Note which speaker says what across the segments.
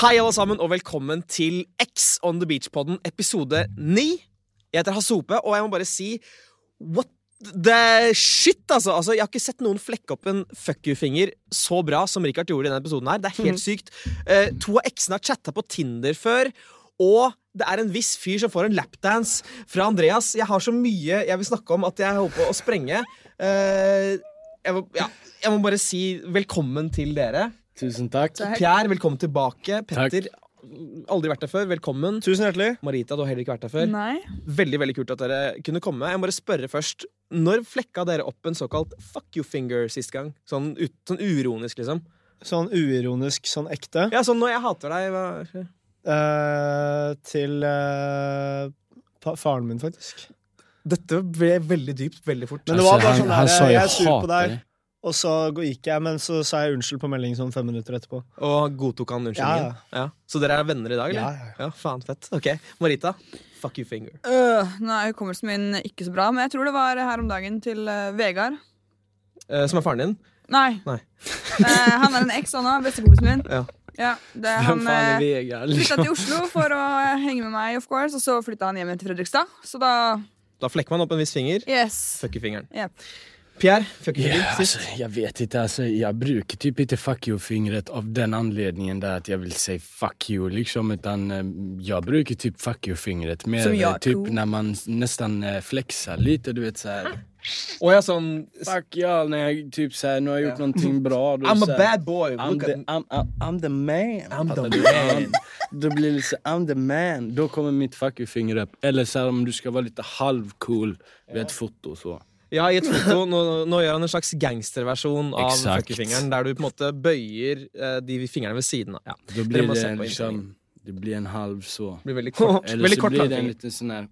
Speaker 1: Hei, alle sammen, og velkommen til X on the Beach-podden, episode 9. Jeg heter Hasope, og jeg må bare si what the shit, altså. altså jeg har ikke sett noen flekke opp en fuck you-finger så bra som Richard gjorde i denne episoden her. Det er helt sykt. Eh, to av eksene har chatta på Tinder før, og det er en viss fyr som får en lapdance fra Andreas. Jeg har så mye jeg vil snakke om at jeg holder på å sprenge. Eh, jeg, må, ja, jeg må bare si velkommen til dere.
Speaker 2: Tusen takk.
Speaker 1: Pierre, velkommen tilbake. Petter, aldri vært der før. Velkommen.
Speaker 2: Tusen hjertelig.
Speaker 1: Marita, du har heller ikke vært der før.
Speaker 3: Nei.
Speaker 1: Veldig veldig kult at dere kunne komme. Jeg må bare spørre først. Når flekka dere opp en såkalt fuck you finger sist gang? Sånn, ut, sånn uironisk, liksom.
Speaker 2: Sånn uironisk, sånn ekte.
Speaker 1: Ja, sånn når jeg hater deg hva...
Speaker 2: Eh, til eh, pa faren min, faktisk.
Speaker 1: Dette ble veldig dypt veldig fort. Altså,
Speaker 2: Men det var bare
Speaker 4: Altså, han-
Speaker 2: sånn der,
Speaker 4: han sa
Speaker 2: jeg
Speaker 4: jo
Speaker 2: er sur på
Speaker 4: hater
Speaker 2: deg. Og så gikk jeg, men så sa jeg unnskyld på melding sånn fem minutter etterpå.
Speaker 1: Og godtok han unnskyldningen? Ja. Så dere er venner i dag,
Speaker 2: Ja,
Speaker 1: eller?
Speaker 2: ja, ja.
Speaker 1: faen fett. Ok, Marita. Fuck you finger.
Speaker 3: Øh, nei, hukommelsen min er ikke så bra, men jeg tror det var her om dagen til eh, Vegard.
Speaker 1: Eh, som er faren din?
Speaker 3: Nei.
Speaker 1: Nei.
Speaker 3: Eh, han er en eks han òg, bestekompisen min.
Speaker 1: Ja.
Speaker 3: Ja, det, han eh, flytta til Oslo for å eh, henge med meg, of course, og så flytta han hjem til Fredrikstad. Så da
Speaker 1: Da flekker man opp en viss finger.
Speaker 3: Yes.
Speaker 1: Fuck you fingeren.
Speaker 3: Yep.
Speaker 1: Pierre, fuck you
Speaker 4: Ja,
Speaker 1: finger. Sist.
Speaker 4: alltså,
Speaker 2: altså.
Speaker 4: jag vet inte, alltså, jag brukar typ inte fuck you-fingret av den anledningen där att jag vill säga fuck you liksom, utan eh, jag brukar typ fuck you-fingret
Speaker 3: Som
Speaker 4: mer
Speaker 3: jag
Speaker 4: eh, typ
Speaker 3: tror.
Speaker 4: när man s- nästan eh, flexar lite, du vet såhär.
Speaker 1: Og jeg er sånn
Speaker 4: Fuck y'all, när jag typ såhär, nu har jag gjort någonting bra. Då,
Speaker 1: I'm a
Speaker 4: såhär,
Speaker 1: bad boy.
Speaker 4: I'm
Speaker 1: Look
Speaker 4: the,
Speaker 1: at
Speaker 4: I'm, I'm, I'm the man.
Speaker 1: I'm the
Speaker 4: fattar du?
Speaker 1: man.
Speaker 4: Då blir det så, I'm the man. Då kommer mitt fuck you-finger upp. Eller såhär om du ska vara lite halvcool vid ett foto så.
Speaker 1: Ja, i et foto. Nå, nå gjør han en slags gangsterversjon av
Speaker 4: Exakt.
Speaker 1: fuckefingeren, der du på en måte bøyer eh, de fingrene ved siden av. Ja.
Speaker 4: Då
Speaker 1: Dere
Speaker 4: blir
Speaker 1: må se
Speaker 4: det
Speaker 1: på innspillingen.
Speaker 4: liksom, det blir en halv så.
Speaker 1: Det blir veldig kort.
Speaker 4: Eller
Speaker 1: veldig
Speaker 4: så
Speaker 1: kort
Speaker 4: blir det en
Speaker 1: langfinger.
Speaker 4: liten sånn her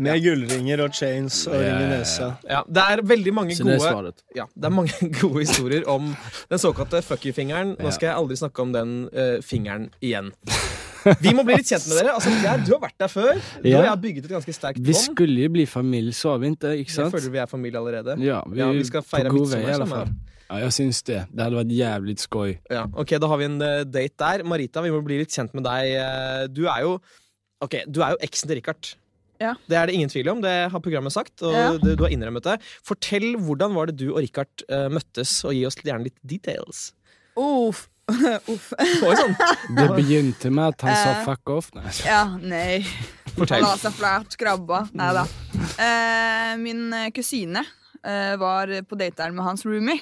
Speaker 2: Med gullringer og chains og
Speaker 4: Ja,
Speaker 2: ring i
Speaker 4: ja, ja.
Speaker 2: nesa.
Speaker 1: ja, det er veldig mange
Speaker 4: Så det er
Speaker 1: gode
Speaker 4: svaret.
Speaker 1: ja, Det er mange gode historier om den såkalte fuck you-fingeren. Nå skal jeg aldri snakke om den eh, fingeren igjen. Vi må bli litt kjent med dere. Altså, Pierre, du har vært der før. Du og
Speaker 4: Ja.
Speaker 1: jeg har bygget et ganske sterkt
Speaker 4: Vi
Speaker 1: bånd.
Speaker 4: skulle jo bli familie, sa vi ikke? Ikke
Speaker 1: Jeg
Speaker 4: sant?
Speaker 1: føler vi er familie allerede.
Speaker 4: Ja, vi,
Speaker 1: Ja,
Speaker 4: er
Speaker 1: vi skal feire
Speaker 4: på god vei
Speaker 1: midtsommer
Speaker 4: i alle
Speaker 1: sammen.
Speaker 4: fall. Ja, jeg syns det. Det hadde vært jævlig skoj.
Speaker 1: Ja, ok, Da har vi en eh, date der. Marita, vi må bli litt kjent med deg. Eh, Du er jo Ok, du er jo eksen til Richard.
Speaker 3: Ja.
Speaker 1: Det er det ingen tvil om. Det har programmet sagt, og
Speaker 3: Ja.
Speaker 1: det, du har innrømmet det. Fortell hvordan var det du og Richard eh, møttes, og gi oss gjerne litt details.
Speaker 3: Uff. Uff.
Speaker 1: Oi, sånn.
Speaker 4: Det begynte med at han sa
Speaker 3: Eh.
Speaker 4: fuck off. Nei, altså.
Speaker 3: Ja, nei.
Speaker 1: Fortell.
Speaker 3: La seg flært, krabba. Nei da.
Speaker 1: Mm.
Speaker 3: Eh, min eh, kusine eh, var på dateren med hans roomie.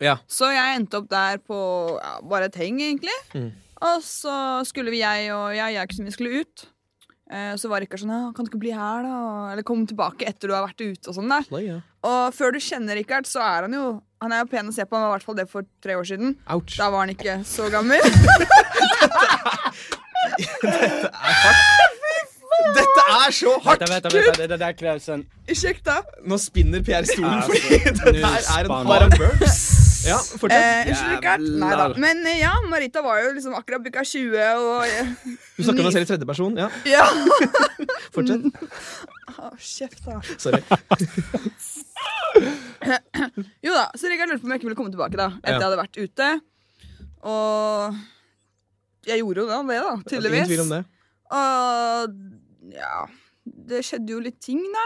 Speaker 1: Ja.
Speaker 3: Så jeg endte opp der på ja, bare et heng, egentlig.
Speaker 1: Mm.
Speaker 3: Og så skulle vi, jeg og jeg, jeg og kusin min skulle ut. Eh, så var Rikard sånn «Ja, 'Kan du ikke bli her, da?' Eller 'Kom tilbake etter du har vært ute', og sånn der.
Speaker 1: Oi, ja.
Speaker 3: Og før du kjenner Rikard, så er han jo Han er jo pen å se på. Han var i hvert fall det for tre år siden.
Speaker 1: Ouch.
Speaker 3: Da var han ikke så gammel.
Speaker 1: Dette er så hardt!
Speaker 4: Det der kreves en
Speaker 3: Kjekt, da.
Speaker 1: Nå spinner Pierre stolen,
Speaker 4: Ja,
Speaker 1: fordi
Speaker 4: altså,
Speaker 1: det
Speaker 4: nå
Speaker 1: her er en
Speaker 4: spanner
Speaker 1: hard
Speaker 4: han.
Speaker 1: burn. Ja, fortsett.
Speaker 3: Eh, Unnskyld, Rikard. Nei da. Men eh, ja, Marita var jo liksom akkurat bikka 20, og eh,
Speaker 1: Du snakker om deg selv i tredje person. Ja,
Speaker 3: Ja!
Speaker 1: fortsett.
Speaker 3: Å, Kjeft, da.
Speaker 1: Sorry.
Speaker 3: Jo da, så Rikard lurte på om jeg ikke ville komme tilbake da etter
Speaker 1: Ja.
Speaker 3: jeg hadde vært ute. Og jeg gjorde jo da det, da, tydeligvis.
Speaker 1: Ingen tvil om det.
Speaker 3: Og ja Det skjedde jo litt ting, da.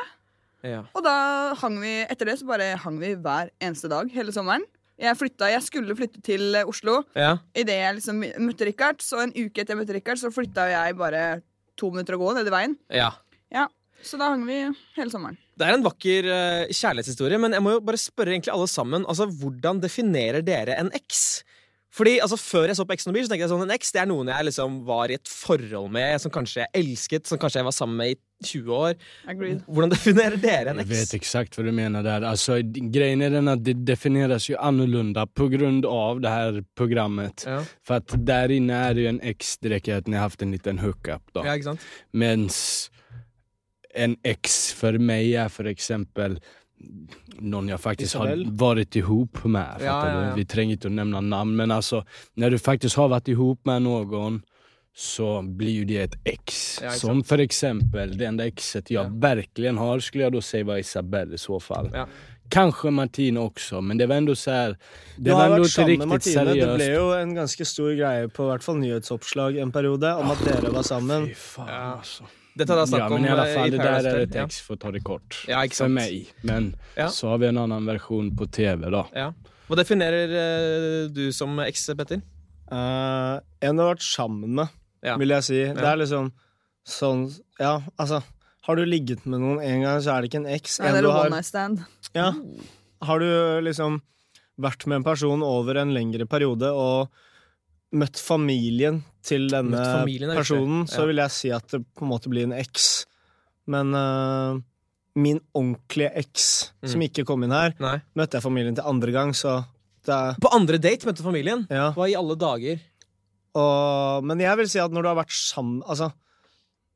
Speaker 1: Ja.
Speaker 3: Og da hang vi etter det så bare hang vi hver eneste dag hele sommeren. Jeg flytta, jeg skulle flytte til eh, Oslo.
Speaker 1: ja.
Speaker 3: Idet jeg liksom møtte Rikard, så en uke etter jeg møtte Rikard, så flytta jeg bare to minutter å gå nedi veien.
Speaker 1: ja.
Speaker 3: Så da hang vi hele sommeren.
Speaker 1: Det er en vakker eh, kjærlighetshistorie, men jeg må jo bare spørre egentlig alle sammen Altså, hvordan definerer dere en eks? Fordi altså, Før jeg så på Ex on the Beach, så tenkte jeg sånn, en eks det er noen jeg liksom var i et forhold med, som kanskje jeg elsket, som kanskje jeg var sammen med i 20 år.
Speaker 3: Agreed.
Speaker 1: Hvordan definerer dere en
Speaker 4: Jeg
Speaker 1: eks?
Speaker 4: vet exakt vad du menar där. Alltså, grejen är den att det definieras ju annorlunda på grund av det här programmet.
Speaker 1: Ja.
Speaker 4: För att där inne är det ju en ex, det räcker att ni har haft en liten hookup då.
Speaker 1: ja, ikke sant?
Speaker 4: Mens en ex för mig är för exempel någon jag faktiskt
Speaker 2: Isabel.
Speaker 4: har varit ihop med.
Speaker 1: Ja,
Speaker 4: fattar
Speaker 1: ja,
Speaker 4: du?
Speaker 1: ja.
Speaker 4: altså, Vi tränger inte att nämna namn men alltså när du faktiskt har varit ihop med någon så blir ju det ett ex.
Speaker 1: Ja, exakt.
Speaker 4: som för exempel, det enda exet jag
Speaker 1: Ja.
Speaker 4: verkligen har skulle jag då säga var Isabelle i så fall.
Speaker 1: Ja.
Speaker 4: Kanske Martina också, men det var ändå så här.
Speaker 2: Du
Speaker 4: Det var
Speaker 2: har
Speaker 4: ändå
Speaker 2: vært
Speaker 4: inte
Speaker 2: sammen med
Speaker 4: riktigt
Speaker 2: Martine. Det ble
Speaker 4: seriöst.
Speaker 2: jo en ganske stor greie på i hvert fall nyhetsoppslag en periode om at dere var sammen.
Speaker 4: Fy altså. fan
Speaker 1: Ja.
Speaker 4: alltså.
Speaker 1: Dette hadde jeg
Speaker 4: Ja,
Speaker 1: snakket om eh,
Speaker 4: men i alla fall, det där är
Speaker 1: Paradise
Speaker 4: ett
Speaker 1: Hotel.
Speaker 4: ex för att ta det kort.
Speaker 1: Ja, exakt.
Speaker 4: För mig. Men
Speaker 1: Ja.
Speaker 4: så har vi en annan version på tv då.
Speaker 1: Ja. Ja. Hva definerer eh, du som ex, Petter?
Speaker 2: Eh, en du har vært sammen med,
Speaker 1: Ja.
Speaker 2: vil jeg si. Det er liksom sånn Ja, altså. Har du ligget med noen en gang, så er det ikke en eks.
Speaker 3: Nei,
Speaker 2: En
Speaker 3: det er
Speaker 2: du
Speaker 3: en
Speaker 2: har-
Speaker 3: one night stand.
Speaker 2: Ja. Har du liksom vært med en person over en lengre periode og møtt familien til denne
Speaker 1: Møtt familien, er riktig.
Speaker 2: personen,
Speaker 1: Ja.
Speaker 2: så vil jeg si at det på en måte blir en eks. Men øh, min ordentlige eks,
Speaker 1: Mm.
Speaker 2: som ikke kom inn her,
Speaker 1: Nei.
Speaker 2: møtte jeg familien til andre gang, så det er
Speaker 1: På andre date møtte familien.
Speaker 2: Ja.
Speaker 1: Hva i alle dager?
Speaker 2: Og, men jeg vil si at når du har vært sammen Altså,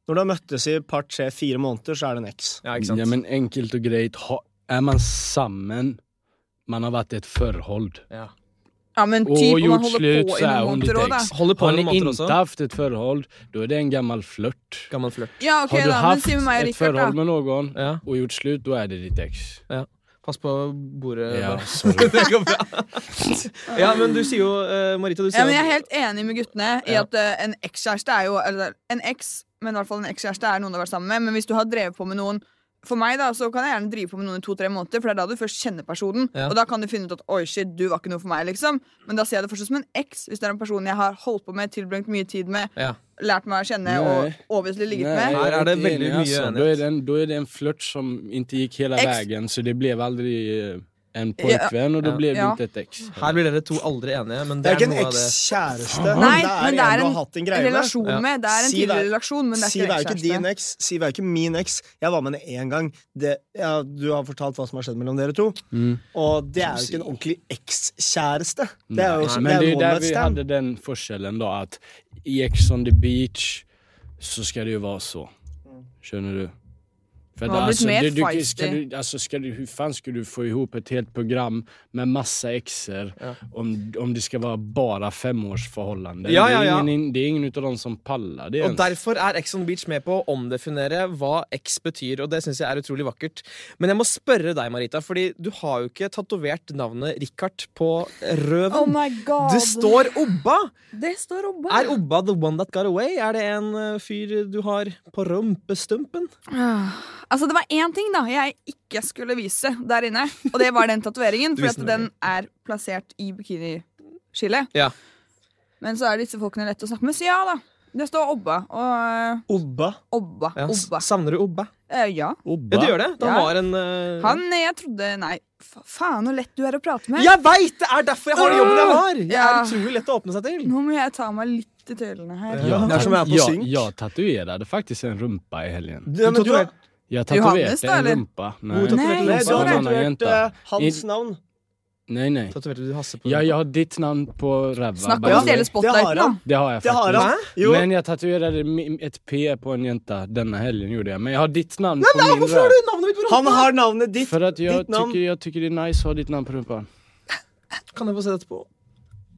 Speaker 2: når du har møttes i et par, tre, fire måneder, så er det en eks.
Speaker 1: Ja, ikke sant?
Speaker 4: Ja, men enkelt og greit, ha, er man sammen, man har vært i et forhold.
Speaker 1: Ja.
Speaker 3: Ja, men
Speaker 4: Og
Speaker 3: typ, om man
Speaker 4: gjort
Speaker 3: holder
Speaker 4: slut,
Speaker 3: på
Speaker 4: så
Speaker 3: i
Speaker 4: er
Speaker 3: noen måneder
Speaker 4: hun ditt
Speaker 3: òg, da.
Speaker 4: ex.
Speaker 1: Holder på
Speaker 4: Har
Speaker 1: i
Speaker 4: ni
Speaker 1: noen måneder
Speaker 4: ikke
Speaker 1: også?
Speaker 4: haft ett förhåll, då är det en gammal flört.
Speaker 1: Gammel flørt.
Speaker 3: Ja, ok,
Speaker 4: har du
Speaker 3: da, men
Speaker 4: haft
Speaker 3: si med meg og
Speaker 4: ett
Speaker 3: Rikard, da.
Speaker 4: förhåll med någon
Speaker 1: Ja.
Speaker 4: och gjort slut, då är det ditt ex.
Speaker 1: Pass på bordet.
Speaker 4: Ja,
Speaker 1: Eh, bare.
Speaker 4: sorry.
Speaker 1: det går bra. ja, men du sier jo, eh, Marita du sier
Speaker 3: Ja, men
Speaker 1: jo-
Speaker 3: jeg er helt enig med guttene i
Speaker 1: Ja.
Speaker 3: at eh, en ekskjæreste er jo eller, En eks, men i hvert fall en ekskjæreste er noen du har vært sammen med. Men hvis du har drevet på med noen For meg da, så kan jeg gjerne drive på med noen i to-tre måneder, for det er da du først kjenner personen.
Speaker 1: Ja.
Speaker 3: Og da kan du finne ut at oi, shit, du var ikke noe for meg, liksom. Men da ser jeg det fortsatt som en eks, hvis det er en person jeg har holdt på med, tilbringt mye tid med,
Speaker 1: Ja.
Speaker 3: lært meg å kjenne
Speaker 4: Nei.
Speaker 3: og obviously ligget med.
Speaker 1: Her er det
Speaker 4: jag inte
Speaker 1: väldigt
Speaker 4: enig,
Speaker 1: mycket
Speaker 4: alltså.
Speaker 1: enhet.
Speaker 4: Då är det en, då är det en flört som inte gick hela
Speaker 3: Ex.
Speaker 4: vägen, så det blev aldrig eh, en pojkvän och då
Speaker 1: Ja.
Speaker 4: blev det
Speaker 3: Ja.
Speaker 4: inte ett ex.
Speaker 1: Her blir dere to aldri enige, men
Speaker 2: Det
Speaker 1: det
Speaker 2: er
Speaker 1: er,
Speaker 2: ikke en
Speaker 1: noe av det
Speaker 2: ekskjæreste.
Speaker 3: Nei, men det er
Speaker 2: du har
Speaker 3: en,
Speaker 2: hatt en
Speaker 3: en
Speaker 2: greie med.
Speaker 3: relasjon
Speaker 1: Ja.
Speaker 3: med. Det er en
Speaker 2: Si det er-
Speaker 3: tidligere relasjon, men det er
Speaker 2: Siv
Speaker 3: ikke
Speaker 2: er
Speaker 3: en
Speaker 2: jo ikke din eh.
Speaker 3: ekskjæreste.
Speaker 2: eks. Siv er jo ikke min eks. Jeg var med henne én gang. Det, ja, du har fortalt hva som har skjedd mellom dere to.
Speaker 4: Mm.
Speaker 2: Og det er jo ikke en ordentlig ekskjæreste. Det er jo
Speaker 4: Nei,
Speaker 2: som
Speaker 4: men det
Speaker 2: en
Speaker 4: är där vi
Speaker 2: one-night-stand.
Speaker 4: hade den forskjellen då, att i Ex on the beach så ska det ju vara så. Känner du? För
Speaker 3: Man har blivit mer
Speaker 4: det, du, ska
Speaker 3: feisty.
Speaker 4: du, alltså ska du, hur fan ska du få ihop ett helt program med massa exer
Speaker 1: Ja.
Speaker 4: om, om det ska vara bara femårsförhållanden?
Speaker 1: Ja,
Speaker 4: det,
Speaker 1: ja,
Speaker 4: är
Speaker 1: ja.
Speaker 4: Ingen, det är ingen utav dem som pallar det
Speaker 1: Og
Speaker 4: ens.
Speaker 1: derfor er Ex on the Beach med på å omdefinere hva X betyr, og det syns jeg er utrolig vakkert. Men jeg må spørre deg, Marita, fordi du har jo ikke tatovert navnet Richard på
Speaker 3: Oh
Speaker 1: røven.
Speaker 3: my god!
Speaker 1: det står Obba!
Speaker 3: Det står Obba.
Speaker 1: Er Obba the one that got away? Er det en eh, fyr du har på rumpestumpen?
Speaker 3: Ah, Altså Det var én ting da jeg ikke skulle vise der inne, og det var den tatoveringen.
Speaker 1: Du
Speaker 3: For at
Speaker 1: viste den,
Speaker 3: den er plassert i bikiniskillet.
Speaker 1: Ja.
Speaker 3: Men så er disse folkene lette å snakke med, så ja da. Det står Obba. Og øh,
Speaker 2: Obba.
Speaker 3: Obba.
Speaker 1: Ja, s-
Speaker 3: Obba.
Speaker 1: Savner du Obba?
Speaker 3: Eh, ja.
Speaker 4: Obba.
Speaker 1: Ja, du gjør det. Han
Speaker 3: Ja.
Speaker 1: var en eh,
Speaker 3: Han eh, jeg trodde Nei, fa faen så lett du er å prate med.
Speaker 1: Jeg veit! Det er derfor jeg har den jobben jeg har! Jeg
Speaker 3: Ja.
Speaker 1: er utrolig lett å åpne seg til.
Speaker 3: Nå må jeg ta meg litt i tøylene her.
Speaker 1: Ja.
Speaker 4: Jag,
Speaker 2: Det är som att jag är på
Speaker 4: jag,
Speaker 2: synk.
Speaker 4: jag tatuerade faktiskt en rumpa i helgen.
Speaker 2: Ja, men du har,
Speaker 4: Jag
Speaker 3: Johannes
Speaker 4: tatuerade
Speaker 3: då,
Speaker 4: en
Speaker 3: eller?
Speaker 4: rumpa.
Speaker 1: Jo,
Speaker 4: Nej,
Speaker 1: tatuerade
Speaker 3: Nei,
Speaker 1: rumpa.
Speaker 2: nei, du har
Speaker 4: Sånn,
Speaker 2: tatovert,
Speaker 4: jenta.
Speaker 2: eh, hans navn.
Speaker 4: nej, nej.
Speaker 1: Tatoverte du Hasse på
Speaker 4: Ja,
Speaker 1: rumpa?
Speaker 4: jeg har ditt navn på ræva.
Speaker 3: Snakk
Speaker 4: by
Speaker 3: om
Speaker 4: the
Speaker 3: å
Speaker 2: Ja,
Speaker 4: way.
Speaker 3: stjele spotlighten,
Speaker 2: det har
Speaker 3: da.
Speaker 2: han.
Speaker 4: Det har jeg
Speaker 2: Det har
Speaker 4: faktisk.
Speaker 1: Hæ?
Speaker 2: han. Jo.
Speaker 4: Men jeg tatuerede mi- et P på en jente denne helgen. gjorde jeg Men jeg har ditt navn på min
Speaker 1: Hvorfor har
Speaker 4: ræv.
Speaker 1: du navnet mitt på rumpa?
Speaker 2: Han har navnet ditt.
Speaker 4: For at jeg
Speaker 2: ditt navn.
Speaker 4: tykker, jeg tykker det er nice å ha ditt navn på rumpa.
Speaker 1: Kan jeg få se det etterpå?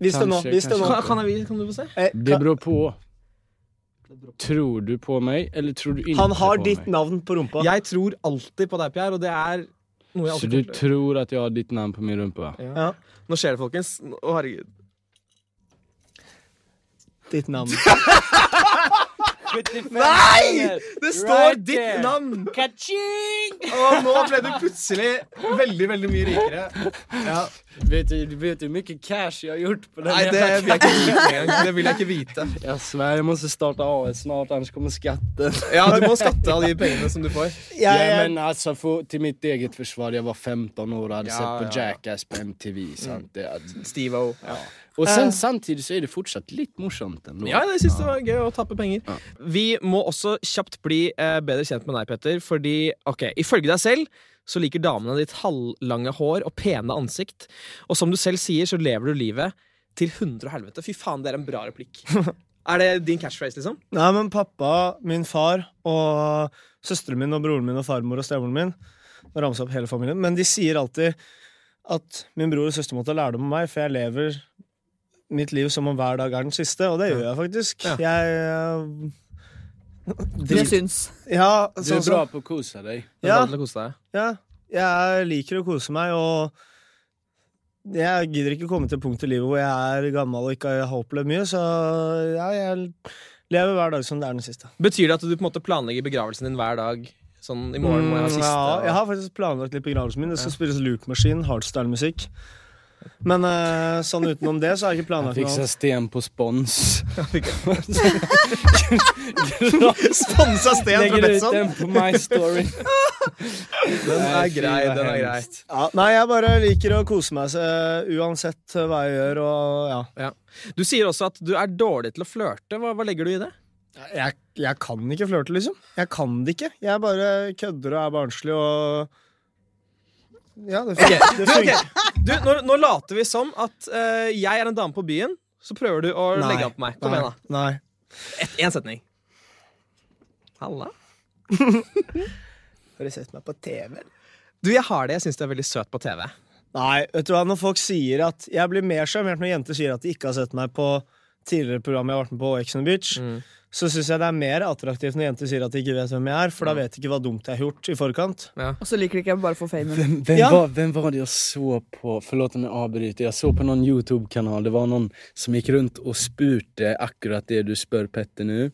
Speaker 2: Vis det nå.
Speaker 4: Kanskje,
Speaker 2: Vis det nå.
Speaker 4: kanskje.
Speaker 1: Kan, kan, jeg, kan du få se?
Speaker 2: Eh,
Speaker 4: Det beror på. Tror du på meg, eller tror du ikke
Speaker 2: Han har
Speaker 4: på
Speaker 2: ditt
Speaker 4: meg?
Speaker 2: navn på rumpa.
Speaker 1: Jeg tror alltid på deg, Pierre, og det er noe jeg
Speaker 4: Så
Speaker 1: alltid
Speaker 4: du
Speaker 1: kommer til å gjøre.
Speaker 4: tror at jeg har ditt navn på min rumpe?
Speaker 1: Ja. Nå skjer det, folkens. Å, herregud.
Speaker 2: Ditt navn.
Speaker 1: Nei! Det står
Speaker 4: Right
Speaker 1: ditt
Speaker 4: there.
Speaker 1: navn! Og nå ble du plutselig veldig, veldig mye rikere. Ja.
Speaker 4: Vet du, vet du hvor mye cash jeg har gjort på den?
Speaker 1: Nei, det vil jeg ikke vite engang. Det vil jeg ikke vite.
Speaker 4: Jeg sverger, jeg må starte AS snart, ellers kommer skatten.
Speaker 1: Ja, du må skatte av de pengene som du får.
Speaker 2: Jeg,
Speaker 4: ja,
Speaker 2: jeg,
Speaker 4: men alltså för, till mitt eget försvar, jag var 15 år och hade
Speaker 1: Ja,
Speaker 4: sett på
Speaker 1: ja, ja.
Speaker 4: Jackass på MTV. Sant? Det,
Speaker 1: Steve-O. Ja.
Speaker 4: och sen samtidigt så är det fortsatt lite morsomt ändå.
Speaker 1: Ja, jeg synes det var gøy å tappe penger. Vi må også kjapt bli eh, bedre kjent med deg, Petter. Fordi, ok, ifølge deg selv så liker damene ditt halvlange hår og pene ansikt. Og som du selv sier, så lever du livet til hundre og helvete. Fy faen, det er en bra replikk. er det din catchphrase, liksom?
Speaker 2: Nei, men pappa, min far og søsteren min og broren min og farmor og stemoren min Nå ramser jeg opp hele familien, men de sier alltid at min bror og søster måtte ha lærdom av meg, for jeg lever mitt liv som om hver dag er den siste, og det gjør jeg faktisk.
Speaker 1: Ja.
Speaker 2: Jeg eh,
Speaker 3: Det syns.
Speaker 2: Ja,
Speaker 4: Du
Speaker 2: sånn
Speaker 4: er bra
Speaker 2: som
Speaker 4: på å kose deg.
Speaker 1: Det er
Speaker 2: ja,
Speaker 1: bra til å kose deg.
Speaker 2: ja, jeg liker å kose meg, og jeg gidder ikke komme til punkt i livet hvor jeg er gammel og ikke har opplevd mye, så ja, jeg lever hver dag som det er den siste.
Speaker 1: Betyr det at du på en måte planlegger begravelsen din hver dag? Sånn, i morgen må jeg ha siste.
Speaker 2: ja,
Speaker 1: og-
Speaker 2: jeg har faktisk planlagt litt begravelsen min. Det skal spilles loopmaskin, hardstyle-musikk. Men eh, sånn utenom det, så har jeg ikke
Speaker 4: Han
Speaker 2: planlagt noe
Speaker 4: fikser
Speaker 2: annet.
Speaker 4: sten på spons.
Speaker 1: Sponsa Sten fra
Speaker 4: Legger ut
Speaker 1: Betson!
Speaker 4: den på My Story.
Speaker 1: Den er grei. den er grei
Speaker 2: Ja, nei, jeg bare liker å kose meg så, eh, uansett hva jeg gjør, og ja.
Speaker 1: ja. Du sier også at du er dårlig til å flørte. Hva, hva legger du i det?
Speaker 2: Jeg, jeg kan ikke flørte, liksom. Jeg kan det ikke. Jeg bare kødder og er barnslig og Ja, det funker. Det
Speaker 1: Ok,
Speaker 2: funker.
Speaker 1: Du, nå, nå later vi som at eh, jeg er en dame på byen. Så prøver du å
Speaker 2: Nei,
Speaker 1: legge opp på meg. Kom
Speaker 2: nei,
Speaker 1: igjen, da.
Speaker 2: Nei.
Speaker 1: Et, en setning. Halla.
Speaker 2: Har du sett meg på TV?
Speaker 1: Du, jeg har det. Jeg syns du er veldig søt på TV.
Speaker 2: Nei, vet du hva, når folk sier at Jeg blir mer sjarmert når jenter sier at de ikke har sett meg på tidligere program jeg har vært med på, Ex on the Beach.
Speaker 1: Mm.
Speaker 2: Så syns jeg det er mer attraktivt når jenter sier at de ikke vet hvem jeg
Speaker 1: Mm.
Speaker 2: er, for da vet de ikke hva dumt jeg har gjort i forkant.
Speaker 3: Og så liker de ikke jeg bare for famen.
Speaker 4: Hvem, hvem,
Speaker 2: Ja.
Speaker 4: var, hvem var det jeg så på? Forlåt om jeg avbryter. Jeg så på noen YouTube-kanal. Det var noen som gikk rundt og spurte akkurat det du spør Petter nå.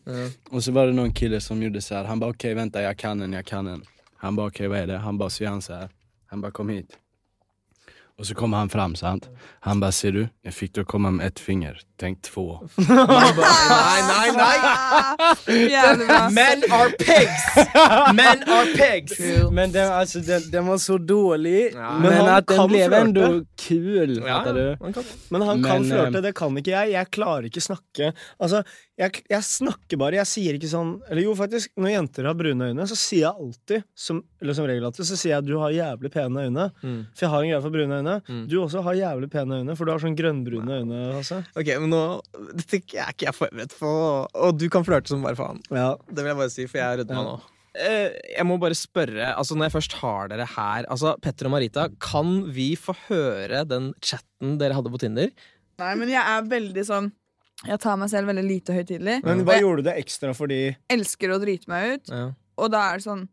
Speaker 4: Og så var det noen kille som gjorde så her. Han bare OK, vent, jeg kan en, jeg kan en. Han bare OK, hva er det? Han bare så gjør han så her. Han bare kom hit. Og så kommer han fram, sant. Han bare ser du, jeg fikk deg å komme med ett finger. Tenk to.
Speaker 1: Nei, nei, nei!
Speaker 3: Jævlig bra.
Speaker 1: Men are pigs! Men are pigs!
Speaker 4: Men den, altså, den, den var så dårlig.
Speaker 1: Ja.
Speaker 2: Men
Speaker 4: Men
Speaker 2: han
Speaker 4: at den
Speaker 2: kan
Speaker 4: ble
Speaker 2: flørte.
Speaker 4: ändå kul, fatter du.
Speaker 1: man kan-
Speaker 2: Men han kan
Speaker 4: Men,
Speaker 2: flørte,
Speaker 4: eh,
Speaker 2: det kan ikke jeg. Jeg klarer ikke snakke. Altså, jeg, jeg snakker bare. Jeg sier ikke sånn Eller jo, faktisk, når jenter har brune øyne, så sier jeg alltid, som, eller som regel alltid, så sier jeg du har jævlig pene øyne.
Speaker 1: Mm.
Speaker 2: For jeg har en greie for brune øyne.
Speaker 1: Mm.
Speaker 2: Du også har jævlig pene øyne, for du har sånn grønnbrune øyne. Hasse.
Speaker 1: Ok, men nå Dette er ikke jeg forberedt på, og du kan flørte som bare faen.
Speaker 2: Ja.
Speaker 1: Det vil jeg bare si, for jeg rødmer meg
Speaker 2: Ja.
Speaker 1: nå. Eh, Jeg må bare spørre, altså når jeg først har dere her Altså, Petter og Marita, kan vi få høre den chatten dere hadde på Tinder?
Speaker 3: Nei, men jeg er veldig sånn Jeg tar meg selv veldig lite høytidelig.
Speaker 2: Men
Speaker 3: Og
Speaker 2: hva
Speaker 3: jeg
Speaker 2: gjorde du det ekstra fordi
Speaker 3: elsker å drite meg ut.
Speaker 1: Ja.
Speaker 3: Og da er det sånn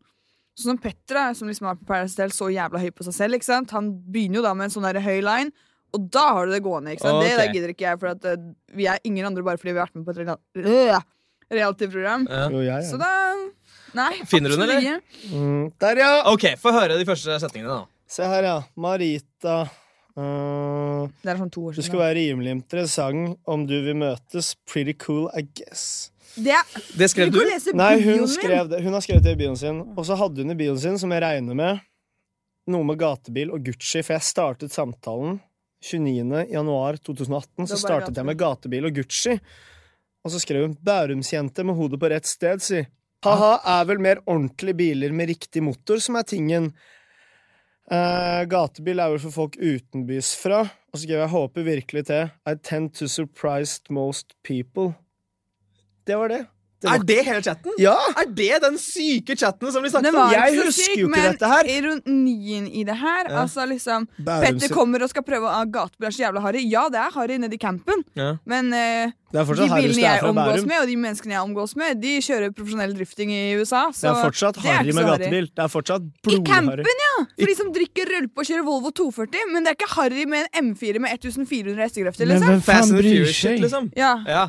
Speaker 3: Sånn som Petter, da, som liksom er på Paradise Hotel, så jævla høy på seg selv. ikke sant? Han begynner jo da med en sånn der høy line, og da har du det gående. ikke sant? Det
Speaker 1: Ok.
Speaker 3: der gidder ikke jeg, for at eh, vi er ingen andre bare fordi vi har vært med på et real- øh, reality-program.
Speaker 2: Jo, jeg, jeg.
Speaker 3: Så da Nei.
Speaker 1: Finner hun,
Speaker 3: absolutt
Speaker 1: eller?
Speaker 3: ikke.
Speaker 2: Mm, Der, ja!
Speaker 1: Ok, få høre de første setningene, da.
Speaker 2: Se her, ja. Marita. eh,
Speaker 3: Det er sånn to år
Speaker 2: du skal
Speaker 3: siden. da.
Speaker 2: være rimelig interessant om du vil møtes. Pretty cool, I guess.
Speaker 3: Det er,
Speaker 1: Det skrev du?
Speaker 3: kan lese
Speaker 2: Nei, hun,
Speaker 3: bioen min.
Speaker 2: skrev det. hun har skrevet det i bioen sin. Og så hadde hun i bioen sin, som jeg regner med, noe med gatebil og Gucci, for jeg startet samtalen 29. januar 2018. Så
Speaker 3: Det var bare
Speaker 2: startet jeg med gatebil og Gucci. Og så skrev hun 'Bærumsjente med hodet på rett sted', si. Ha-ha, er vel mer ordentlige biler med riktig motor som er tingen. Eh, gatebil er vel for folk utenbys fra. Og så skrev jeg 'Håper virkelig til'. I tend to surprise most people. Det var det. det var...
Speaker 1: Er det hele chatten?
Speaker 2: Ja!
Speaker 1: Er det den syke chatten som vi snakket
Speaker 3: Den
Speaker 1: om?
Speaker 3: var
Speaker 2: Jeg
Speaker 3: ikke så
Speaker 2: husker
Speaker 3: syk,
Speaker 2: jo ikke
Speaker 3: men
Speaker 2: dette her.
Speaker 3: Ironien i det her, altså liksom Petter kommer og skal prøve å ha gatebil, er så jævla harry. Ja, det er harry nede i campen,
Speaker 1: Ja.
Speaker 3: men eh,
Speaker 2: Det er
Speaker 3: de
Speaker 2: fortsatt Harry
Speaker 3: bilene
Speaker 2: Stær
Speaker 3: jeg
Speaker 2: fra
Speaker 3: omgås
Speaker 2: Bærum.
Speaker 3: med, og de menneskene jeg omgås med, de kjører profesjonell drifting i USA.
Speaker 2: Det
Speaker 3: Så
Speaker 2: er fortsatt
Speaker 3: er
Speaker 2: Harry med
Speaker 3: ikke så harry.
Speaker 2: gatebil. Det er fortsatt
Speaker 3: I
Speaker 2: blodharry.
Speaker 3: campen, ja! For de som drikker rølpe og kjører Volvo 240. Men det er ikke harry med en M4 med 1400 hestekrefter, liksom.
Speaker 1: Fast and Furious shit, liksom?
Speaker 3: Ja.
Speaker 1: Ja.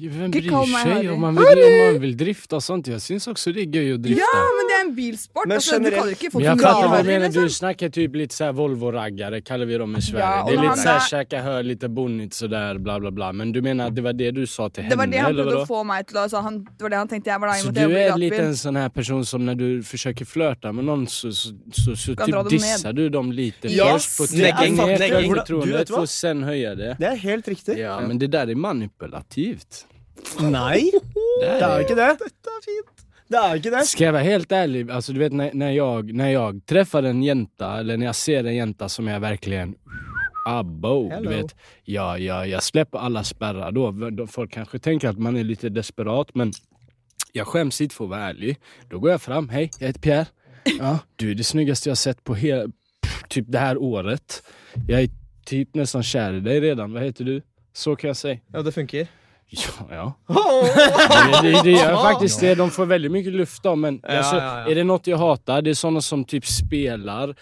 Speaker 4: Hvem
Speaker 3: Ikke
Speaker 4: bryr
Speaker 3: kall meg
Speaker 4: seg
Speaker 3: Harry.
Speaker 4: om man vil, om man vil drifte og sånt? Jeg syns også det er gøy å drifte.
Speaker 3: ja, men det er en bilsport.
Speaker 2: Men
Speaker 3: Altså, du
Speaker 2: generelt-
Speaker 3: kaller ikke folk
Speaker 4: Men jeg
Speaker 2: Folk som
Speaker 4: fattar hva
Speaker 2: galer,
Speaker 4: du mener.
Speaker 3: liksom.
Speaker 4: Du snakker typ litt såhär Volvo-raggare, kaller vi dem i Sverige.
Speaker 3: Ja,
Speaker 4: det
Speaker 3: och
Speaker 4: er
Speaker 3: han
Speaker 4: litt såhär
Speaker 3: där-
Speaker 4: käka hö, lite bonnigt sådär, bla bla bla. Men du menar att det var det du sa till
Speaker 3: Det var
Speaker 4: henne,
Speaker 3: det han
Speaker 4: eller
Speaker 3: prøvde
Speaker 4: vadå?
Speaker 3: å få meg til å altså, han, Det var det han tenkte jeg var da. i og
Speaker 4: Så
Speaker 3: med at jeg
Speaker 4: du
Speaker 3: ble
Speaker 4: är
Speaker 3: gatebil.
Speaker 4: lite en sån här person som när du försöker flörta med någon så, så, så, så
Speaker 3: Kan dra
Speaker 4: typ
Speaker 3: dem
Speaker 4: dissar du dem lite
Speaker 1: Ja,
Speaker 4: först på att
Speaker 1: snägg-
Speaker 4: trycka
Speaker 1: fan,
Speaker 4: ner
Speaker 1: snägg-
Speaker 4: för
Speaker 1: Du vet
Speaker 4: förtroendet
Speaker 2: vad?
Speaker 4: för att sen höja det.
Speaker 2: Det er helt riktig.
Speaker 4: Ja, men det där är manipulativt.
Speaker 2: Nei, det er jo ikke det.
Speaker 1: Dette er fint.
Speaker 2: Det er jo ikke det.
Speaker 4: Ska jag vara helt ärlig, alltså du vet när, när, jag, när jag träffar en jenta eller när jag ser en jenta som jag verkligen Abo, du
Speaker 2: Hello.
Speaker 4: vet. Ja, ja, jag släpper alla spärrar då. Då Folk kanske tänker att man är lite desperat men jag skäms inte för att vara ärlig. Då går jag fram, hej, jag heter Pierre. Ja, du är det snyggaste jag sett på hela, pff, typ det här året. Jag är typ nästan kär i dig redan. Vad heter du? Så kan jag säga.
Speaker 1: Ja, det funker.
Speaker 4: Ja, ja. Det, det, det gör faktiskt det. De får väldigt mycket luft av, men
Speaker 1: Ja,
Speaker 4: alltså,
Speaker 1: ja, ja.
Speaker 4: är det något jag hatar, det är sådana som typ spelar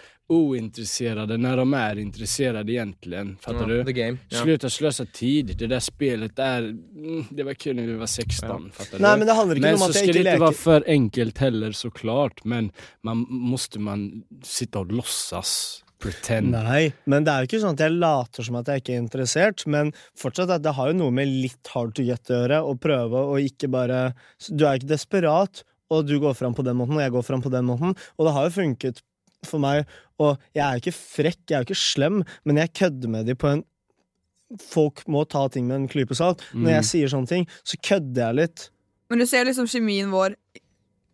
Speaker 4: ointresserade när de är intresserade egentligen. Fattar du?
Speaker 1: The game. Ja.
Speaker 4: Sluta slösa tid. Det där spelet är... Mm, det var kul när vi var 16. Fattar
Speaker 2: Nei,
Speaker 4: du?
Speaker 2: men det handler ikke
Speaker 4: Men
Speaker 2: om
Speaker 4: så
Speaker 2: at jeg
Speaker 4: ska det
Speaker 2: ikke
Speaker 4: inte
Speaker 2: leker.
Speaker 4: vara för enkelt heller såklart. Men man måste man sitta och låtsas. Pretend.
Speaker 2: Nei, men det er jo ikke sånn at jeg later som at jeg ikke er interessert, men fortsatt at det har jo noe med litt hard to get å gjøre, å prøve å ikke bare Du er ikke desperat, og du går fram på den måten, og jeg går fram på den måten, og det har jo funket for meg, og jeg er jo ikke frekk, jeg er jo ikke slem, men jeg kødder med de på en Folk må ta ting med en klype salt. Når jeg sier sånne ting, så kødder jeg litt.
Speaker 3: Men du ser liksom kjemien vår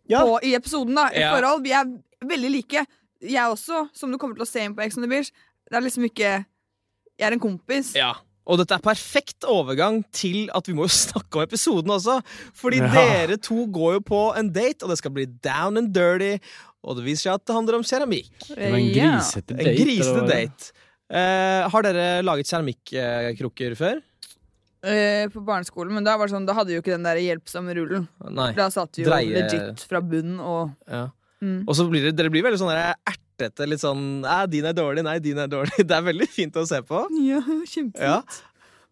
Speaker 2: Ja.
Speaker 3: på, i episoden. da I
Speaker 1: Ja.
Speaker 3: forhold, Vi er veldig like. Jeg også, som du kommer til å se inn på Ex on the Beach. Det er liksom ikke Jeg er en kompis.
Speaker 1: Ja. Og dette er perfekt overgang til at vi må jo snakke om episoden også. Fordi
Speaker 4: Ja.
Speaker 1: dere to går jo på en date, og det skal bli down and dirty. Og det viser seg at det handler om keramikk.
Speaker 4: Det var en
Speaker 3: Ja.
Speaker 4: grisete
Speaker 1: En
Speaker 4: date. eller
Speaker 1: grisete
Speaker 4: vad var det?
Speaker 1: date. Eh, har dere laget keramikkrukker før?
Speaker 3: Eh, på barneskolen, men da var det sånn Da hadde vi jo ikke den der hjelpsomme rullen.
Speaker 1: Nei.
Speaker 3: Da satt vi jo
Speaker 1: Dreie-
Speaker 3: legit fra bunnen og
Speaker 1: Ja.
Speaker 3: mm.
Speaker 1: Og så blir det, dere blir veldig sånn der ertete. Litt sånn Nei, din er dårlig. Nei, din er dårlig. Det er veldig fint å se på.
Speaker 3: Ja, kjempefint.
Speaker 1: Ja.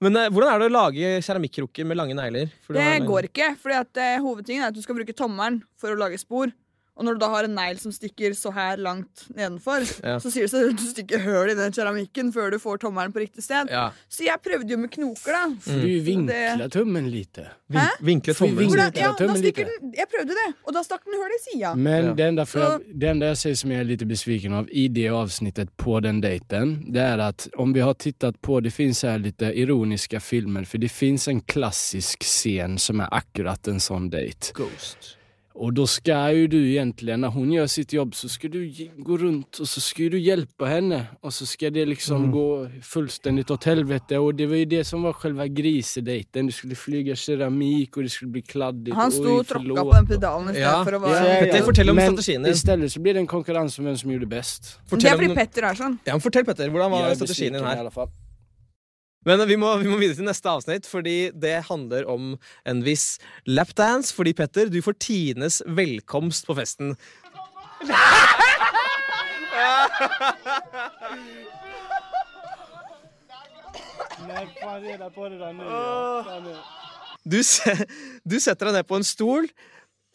Speaker 1: Men eh, hvordan er det å lage keramikkrukker med lange negler? For du
Speaker 3: Det
Speaker 1: har lange-
Speaker 3: går ikke, for hovedtingen er at du skal bruke tommelen for å lage spor. Og når du da har en negl som stikker så her langt nedenfor,
Speaker 1: Ja.
Speaker 3: så sier det seg at du stikker høl i den keramikken før du får tommelen på riktig sted.
Speaker 1: ja. Mm.
Speaker 3: Så jeg prøvde jo med knoker, da.
Speaker 4: Får du
Speaker 3: Det-
Speaker 4: vinkla tummen lite?
Speaker 1: Vin Vinkle
Speaker 4: Får vi
Speaker 1: tommelen.
Speaker 4: vinkle-
Speaker 3: Hvordan,
Speaker 4: det
Speaker 3: ja, da
Speaker 4: er tømmer
Speaker 3: stikker
Speaker 4: lite.
Speaker 3: den, jeg prøvde det, og da stakk den hull i sida.
Speaker 4: Men
Speaker 1: Ja.
Speaker 4: det, enda för
Speaker 3: Så-
Speaker 4: jag, det enda jag säger som jag är lite besviken av i det avsnittet på den dejten, det är att om vi har tittat på, det finns här lite ironiska filmer, för det finns en klassisk scen som är akkurat en sånn sån dejt.
Speaker 1: Ghost.
Speaker 4: Och då ska ju du egentligen, när hon gör sitt jobb, så ska du ge- gå runt och så ska ju du hjälpa henne. Och så ska det liksom gå fullständigt åt helvete. Och det var ju det som var själva grisedejten. Du skulle flyga keramik och det skulle bli kladdigt.
Speaker 3: Han sto
Speaker 4: Oj,
Speaker 3: og tråkka
Speaker 4: förlåt.
Speaker 3: på den pedalen i stedet
Speaker 1: Ja.
Speaker 3: for å
Speaker 1: Ja,
Speaker 3: være
Speaker 1: ja, ja. Det forteller om strategin din.
Speaker 4: Men istället så blir det en konkurrens om vem som gjorde bäst.
Speaker 3: Det
Speaker 1: Fortell,
Speaker 3: er fordi
Speaker 1: om,
Speaker 3: Petter er sånn.
Speaker 1: ja, men fortell Petter, hvordan var
Speaker 4: Jag är
Speaker 1: strategien din
Speaker 4: besviken i
Speaker 1: her?
Speaker 4: alla fall.
Speaker 1: Men eh, vi må, vi må videre til neste avsnitt, fordi det handler om en viss lapdance. Fordi Petter, du får tidenes velkomst på festen. Du, se, du setter deg ned på en stol,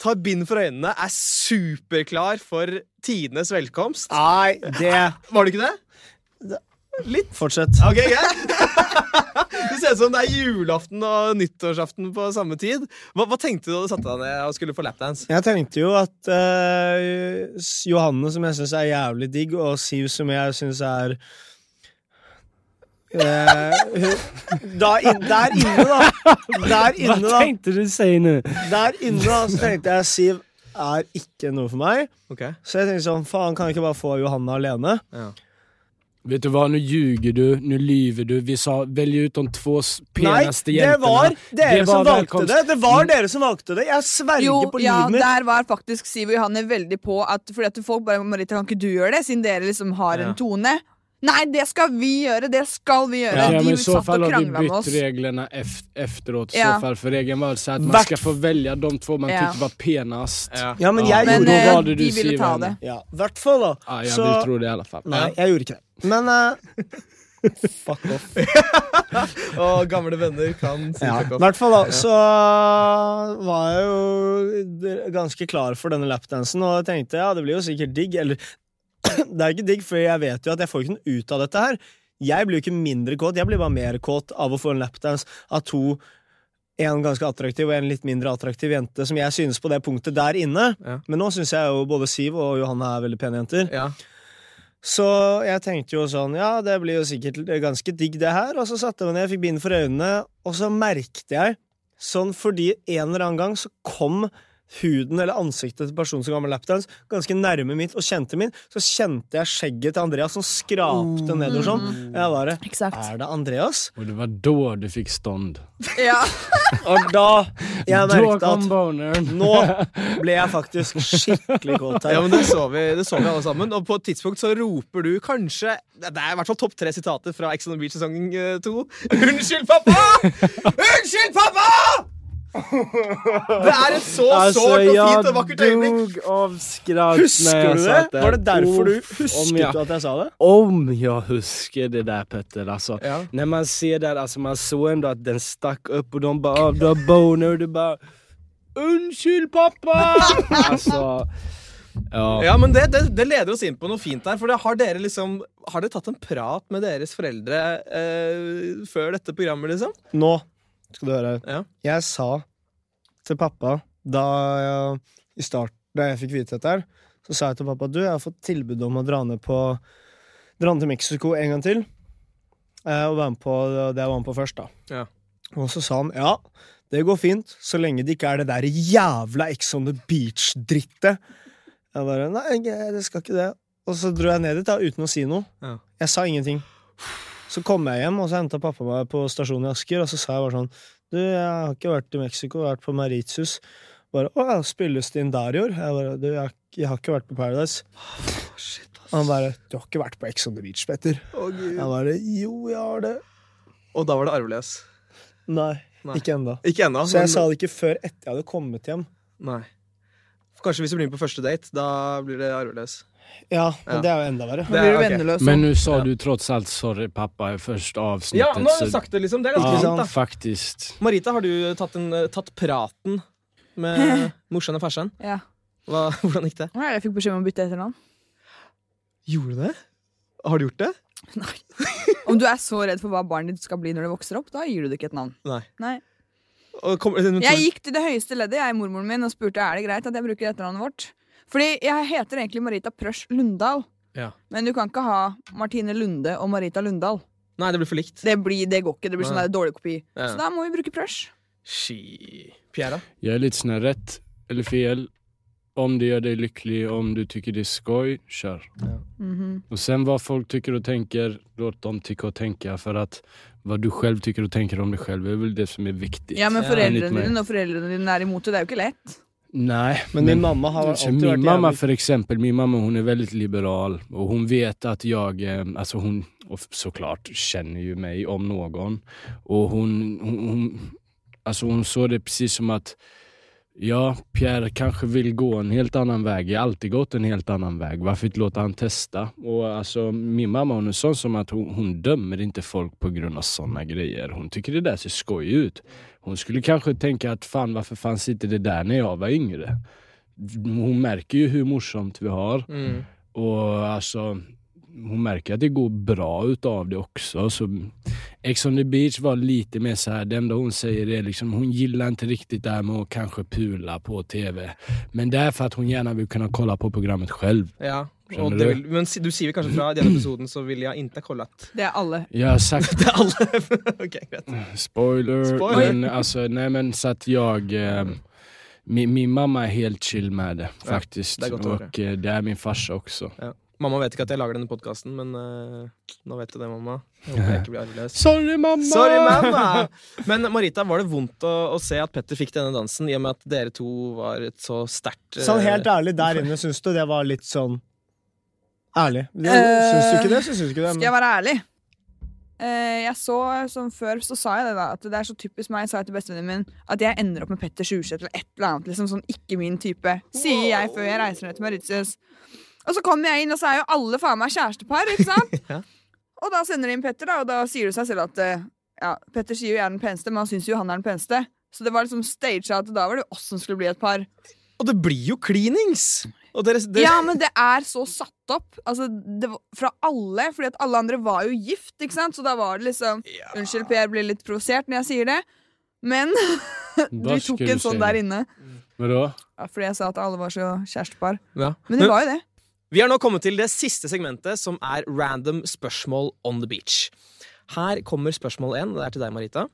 Speaker 1: tar bind for øynene, er superklar for tidenes velkomst.
Speaker 2: Nei, det
Speaker 1: Var du ikke det?
Speaker 2: Fortsett.
Speaker 1: Ok, greit. Det ser ut som det er julaften og nyttårsaften på samme tid. Hva, hva tenkte du da du satte deg ned og skulle få lapdance?
Speaker 2: Jeg tenkte jo at eh, Johanne, som jeg syns er jævlig digg, og Siv, som jeg syns er eh, hun- da, in, Der inne, da. Der inne,
Speaker 4: Vad
Speaker 2: da.
Speaker 4: tänkte du säga nu?
Speaker 2: Der inne da, så tenkte jeg Siv er ikke noe for meg.
Speaker 1: Ok,
Speaker 2: Så jeg tenkte sånn, faen, kan jeg ikke bare få Johanne alene?
Speaker 4: Vet du vad, nu ljuger du, nu lyver du. Vi sa välj ut de två s-
Speaker 2: Nei,
Speaker 4: penaste
Speaker 2: det var dere
Speaker 4: Det var
Speaker 2: som valgte
Speaker 4: velkomst. Mm.
Speaker 2: det! Det var dere som valgte det! Jeg sverger
Speaker 3: Jo,
Speaker 2: på
Speaker 3: ja,
Speaker 2: livet mitt.
Speaker 3: der var faktisk Siv og Johanne veldig på at Fordi at folk bare Marita, kan ikke du gjøre det, siden dere liksom har
Speaker 1: Ja.
Speaker 3: en tone? Nei, det skal vi gjøre! Det skal vi gjøre!
Speaker 4: Ja, men
Speaker 3: De
Speaker 4: I så
Speaker 3: satt
Speaker 4: fall
Speaker 3: og
Speaker 4: har vi
Speaker 3: krangla med
Speaker 4: bytt
Speaker 3: oss.
Speaker 4: reglerna eft efteråt. I
Speaker 3: Ja.
Speaker 4: så fall, för regeln var så att man
Speaker 2: Vart-
Speaker 4: ska få välja de två man
Speaker 3: Ja.
Speaker 4: tyckte var penast.
Speaker 1: ja.
Speaker 2: Ja, men
Speaker 4: Ja,
Speaker 2: jeg
Speaker 3: Men
Speaker 4: då
Speaker 2: gjorde
Speaker 3: eh,
Speaker 4: valde
Speaker 3: de
Speaker 4: du
Speaker 3: ville
Speaker 4: Siv
Speaker 3: ta
Speaker 4: Johanne.
Speaker 3: det.
Speaker 2: Ja, i hvert fall, da.
Speaker 4: Ja, jag
Speaker 2: Så-
Speaker 4: vill tro det i alla fall.
Speaker 2: Nei, jeg gjorde ikke det. Men eh, Fuck off.
Speaker 1: Og gamle venner kan si
Speaker 2: Ja,
Speaker 1: fuck
Speaker 2: i
Speaker 1: off.
Speaker 2: hvert fall da, så var jeg jo d- ganske klar for denne lapdansen, og jeg tenkte ja, det blir jo sikkert digg, eller det er ikke digg, for jeg vet jo at jeg får ikke noe ut av dette her. Jeg blir jo ikke mindre kåt, jeg blir bare mer kåt av å få en lapdance av to en ganske attraktiv og en litt mindre attraktiv jente, som jeg synes på det punktet der inne.
Speaker 1: Ja.
Speaker 2: Men nå synes jeg jo både Siv og Johanne er veldig pene jenter.
Speaker 1: Ja.
Speaker 2: Så jeg tenkte jo sånn, ja, det blir jo sikkert ganske digg det her, og så satte jeg meg ned, jeg fikk bind for øynene, og så merkte jeg, sånn fordi en eller annen gang så kom huden eller ansiktet til personen som ga meg lapdance, ganske nærme mitt og kjente min, så kjente jeg skjegget til Andreas som skrapte nedover sånn. Jeg bare
Speaker 3: Exakt.
Speaker 2: Er det Andreas?
Speaker 4: Och det var då du fick stånd.
Speaker 3: Ja.
Speaker 2: Og da jeg
Speaker 4: då
Speaker 2: merket
Speaker 4: kom
Speaker 2: at
Speaker 4: bonern.
Speaker 2: nå ble jeg faktisk skikkelig kåt
Speaker 1: Ja,
Speaker 2: her.
Speaker 1: men det så, vi, det så vi alle sammen. Og på et tidspunkt så roper du kanskje Det er i hvert fall topp tre sitater fra Ex on the Beach sesong eh, to. Unnskyld, pappa! Unnskyld, pappa! Det er et så
Speaker 4: Alltså,
Speaker 1: sårt og
Speaker 4: jag
Speaker 1: fint og vakkert øyeblikk.
Speaker 4: dog av skratt när
Speaker 2: Husker
Speaker 4: jag
Speaker 2: du det?
Speaker 4: satt där.
Speaker 2: Var det derfor du
Speaker 4: Uff, om
Speaker 2: husket
Speaker 4: jag
Speaker 2: du at jeg sa det?
Speaker 4: Om jag husker det där Petter alltså.
Speaker 1: Ja.
Speaker 4: När man ser där, alltså man såg ändå att den stack upp och de bara ah, du har boner och du bara Unnskyld pappa! alltså, ja.
Speaker 1: Ja, men det, det, det leder oss inn på noe fint der. For det har dere liksom Har dere tatt en prat med deres foreldre eh, før dette programmet, liksom?
Speaker 2: Nå skal du høre.
Speaker 1: Ja.
Speaker 2: Jeg sa til pappa da jeg, i starten, da jeg fikk vite dette her, så sa jeg til pappa du, jeg har fått tilbud om å dra ned på Dra ned til Mexico en gang til. eh, Og være med på det jeg var med på først, da.
Speaker 1: Ja.
Speaker 2: Og så sa han ja, det går fint, så lenge det ikke er det der jævla Ex on the Beach-drittet. Jeg bare nei, jeg- det skal ikke det. Og så dro jeg ned dit da, uten å si noe.
Speaker 1: Ja.
Speaker 2: Jeg sa ingenting. Så kom jeg hjem, og så henta pappa meg på stasjonen i Asker, og så sa jeg bare sånn Du, jeg har ikke vært i Mexico, jeg har vært på Mauritius. Bare Å ja, spilles det inn der i år? Jeg bare Du, jeg, har ikke- jeg har ikke vært på Paradise. Han bare Du har ikke vært på Ex on the Beach, Petter.
Speaker 1: Å, Gud.
Speaker 2: Jeg bare Jo, jeg har det.
Speaker 1: Og da var det arveløs.
Speaker 2: Nei,
Speaker 1: Nei.
Speaker 2: ikke ennå.
Speaker 1: Ikke ennå.
Speaker 2: Så
Speaker 1: men-
Speaker 2: jeg sa det ikke før etter jeg hadde kommet hjem.
Speaker 1: Nei. Kanskje hvis du blir med på første date. Da blir det arveløs. Ja.
Speaker 2: Ja, men det er jo enda verre.
Speaker 1: Det
Speaker 3: Da blir
Speaker 1: er-
Speaker 3: du
Speaker 1: ok.
Speaker 3: venneløs.
Speaker 4: Men nu sa du trots allt sorry pappa i första avsnittet.
Speaker 1: Ja, nå har du
Speaker 4: så-
Speaker 1: sagt det, liksom. Det er ganske
Speaker 4: ja,
Speaker 1: sant, da.
Speaker 4: faktiskt.
Speaker 1: Marita, har du tatt, en, tatt praten med morsan og farsan?
Speaker 3: Ja.
Speaker 1: Hva, hvordan gikk det?
Speaker 3: Hva er det Jeg fikk beskjed om å bytte etternavn.
Speaker 1: Gjorde du det? Har du gjort det?
Speaker 3: Om du er så redd for hva barnet ditt skal bli når det vokser opp, da gir du det ikke et navn.
Speaker 1: Nei.
Speaker 3: Nei.
Speaker 1: Og kom, men,
Speaker 3: Jeg gikk til det høyeste leddet, jeg, mormoren min, og spurte er det greit at jeg bruker etternavnet vårt. Fordi jeg heter egentlig Marita Prøsch Lundahl.
Speaker 1: Ja.
Speaker 3: Men du kan ikke ha Martine Lunde og Marita Lundahl.
Speaker 1: Nei, det ble for likt.
Speaker 3: Det, blir, det går ikke. Det blir sånn
Speaker 1: Nei.
Speaker 3: der dårlig kopi.
Speaker 1: Ja.
Speaker 3: Så da må vi bruke Prøsch.
Speaker 1: Ski. Pierre, da?
Speaker 4: Jag är lite sån här rätt eller fel. Om det gör dig lycklig, om du tycker det är skoj, kör.
Speaker 3: Mhm.
Speaker 4: Och sen vad folk tycker och tänker, låt dem tycka och tänka. För att vad du själv tycker och tänker om dig själv är väl det som är viktigt.
Speaker 3: Ja, men
Speaker 1: Ja.
Speaker 4: Litt
Speaker 3: foreldrene
Speaker 4: mer.
Speaker 3: dine når foreldrene dine er imot det. Det er jo ikke lett.
Speaker 4: Nej,
Speaker 2: Men min mamma har
Speaker 4: Så
Speaker 2: alltid
Speaker 4: min
Speaker 2: vært
Speaker 4: mamma
Speaker 2: jævlig
Speaker 4: för exempel, min mamma hon är väldigt liberal och hon vet att jag, eh, alltså hon och f- såklart känner ju mig om någon och hon, hon, hon, alltså hon såg det precis som att ja, Pierre kanske vill gå en helt annan väg. Jag har alltid gått en helt annan väg. Varför inte låta han testa? Och alltså, min mamma hon är sån som att hon, hon dömer inte folk på grund av sådana grejer. Hon tycker det där ser skoj ut. Hon skulle kanske tänka att fan varför fanns inte det där när jag var yngre? Hon märker ju hur morsamt vi har
Speaker 1: Mm.
Speaker 4: och alltså hon märker att det går bra utav det också. Så Ex on the beach var lite mer så här, det enda hon säger är liksom hon gillar inte riktigt det här med att kanske pula på TV. Men det är för att hon gärna vill kunna kolla på programmet själv.
Speaker 1: Ja.
Speaker 4: Skjønner
Speaker 1: Og det
Speaker 4: du?
Speaker 1: vil, men si- du sier vel kanskje fra denne episoden så vil jeg inte kollat.
Speaker 3: Det er alle.
Speaker 4: Jag har sagt
Speaker 1: Det er alle Ok, greit.
Speaker 4: Spoiler.
Speaker 1: Spoiler.
Speaker 4: Men alltså, nej men så att jag... Eh, min, min mamma är helt chill med det faktiskt.
Speaker 1: det är gott att höra.
Speaker 4: och eh, det är min farsa också.
Speaker 1: Mamma vet ikke at jeg lager denne podkasten, men eh, nå vet du det, mamma. Jeg håper jeg ikke blir arveløs.
Speaker 4: Sorry mamma!
Speaker 1: Sorry, mamma! Men Marita, var det vondt å, å se at Petter fikk denne dansen, i og med at dere to var et så sterkt eh,
Speaker 2: Sånn helt ærlig der inne, syns du det var litt sånn Ærlig. Det, syns du ikke det, så syns du ikke det.
Speaker 3: Skal jeg
Speaker 2: Men,
Speaker 3: være ærlig? Eh, jeg så, som før, så sa jeg det da At det er så typisk meg, sa jeg til bestevennen min At jeg ender opp med Petter Sjurseth eller et eller annet liksom, Sånn ikke min type Sier jeg før jeg reiser ned til Mauritius Og så kommer jeg inn, og så er jo alle faen meg kjærestepar Ikke sant?
Speaker 1: Ja.
Speaker 3: Og da sender de inn Petter da Og da sier det seg selv at eh, ja, Petter sier jo jeg er den peneste, men han synes jo han er den peneste Så det var liksom staged at da var det jo oss som skulle bli et par
Speaker 1: Og det blir jo cleanings! Og dere, dere,
Speaker 3: ja, men det er så satt opp altså, det var, fra alle, fordi at alle andre var jo gift, ikke sant? Så da var det liksom Unnskyld, Per blir litt provosert når jeg sier det, men du
Speaker 4: Hva
Speaker 3: tok
Speaker 4: skulle
Speaker 3: en
Speaker 4: du si?
Speaker 3: sånn der inne.
Speaker 4: Vadå?
Speaker 3: Ja, fordi jeg sa at alle var så kjærestepar.
Speaker 1: Ja.
Speaker 3: Men det var jo det.
Speaker 1: Vi har nå kommet til det siste segmentet, som er random spørsmål on the beach. Her kommer spørsmål én. Det er til deg, Marita.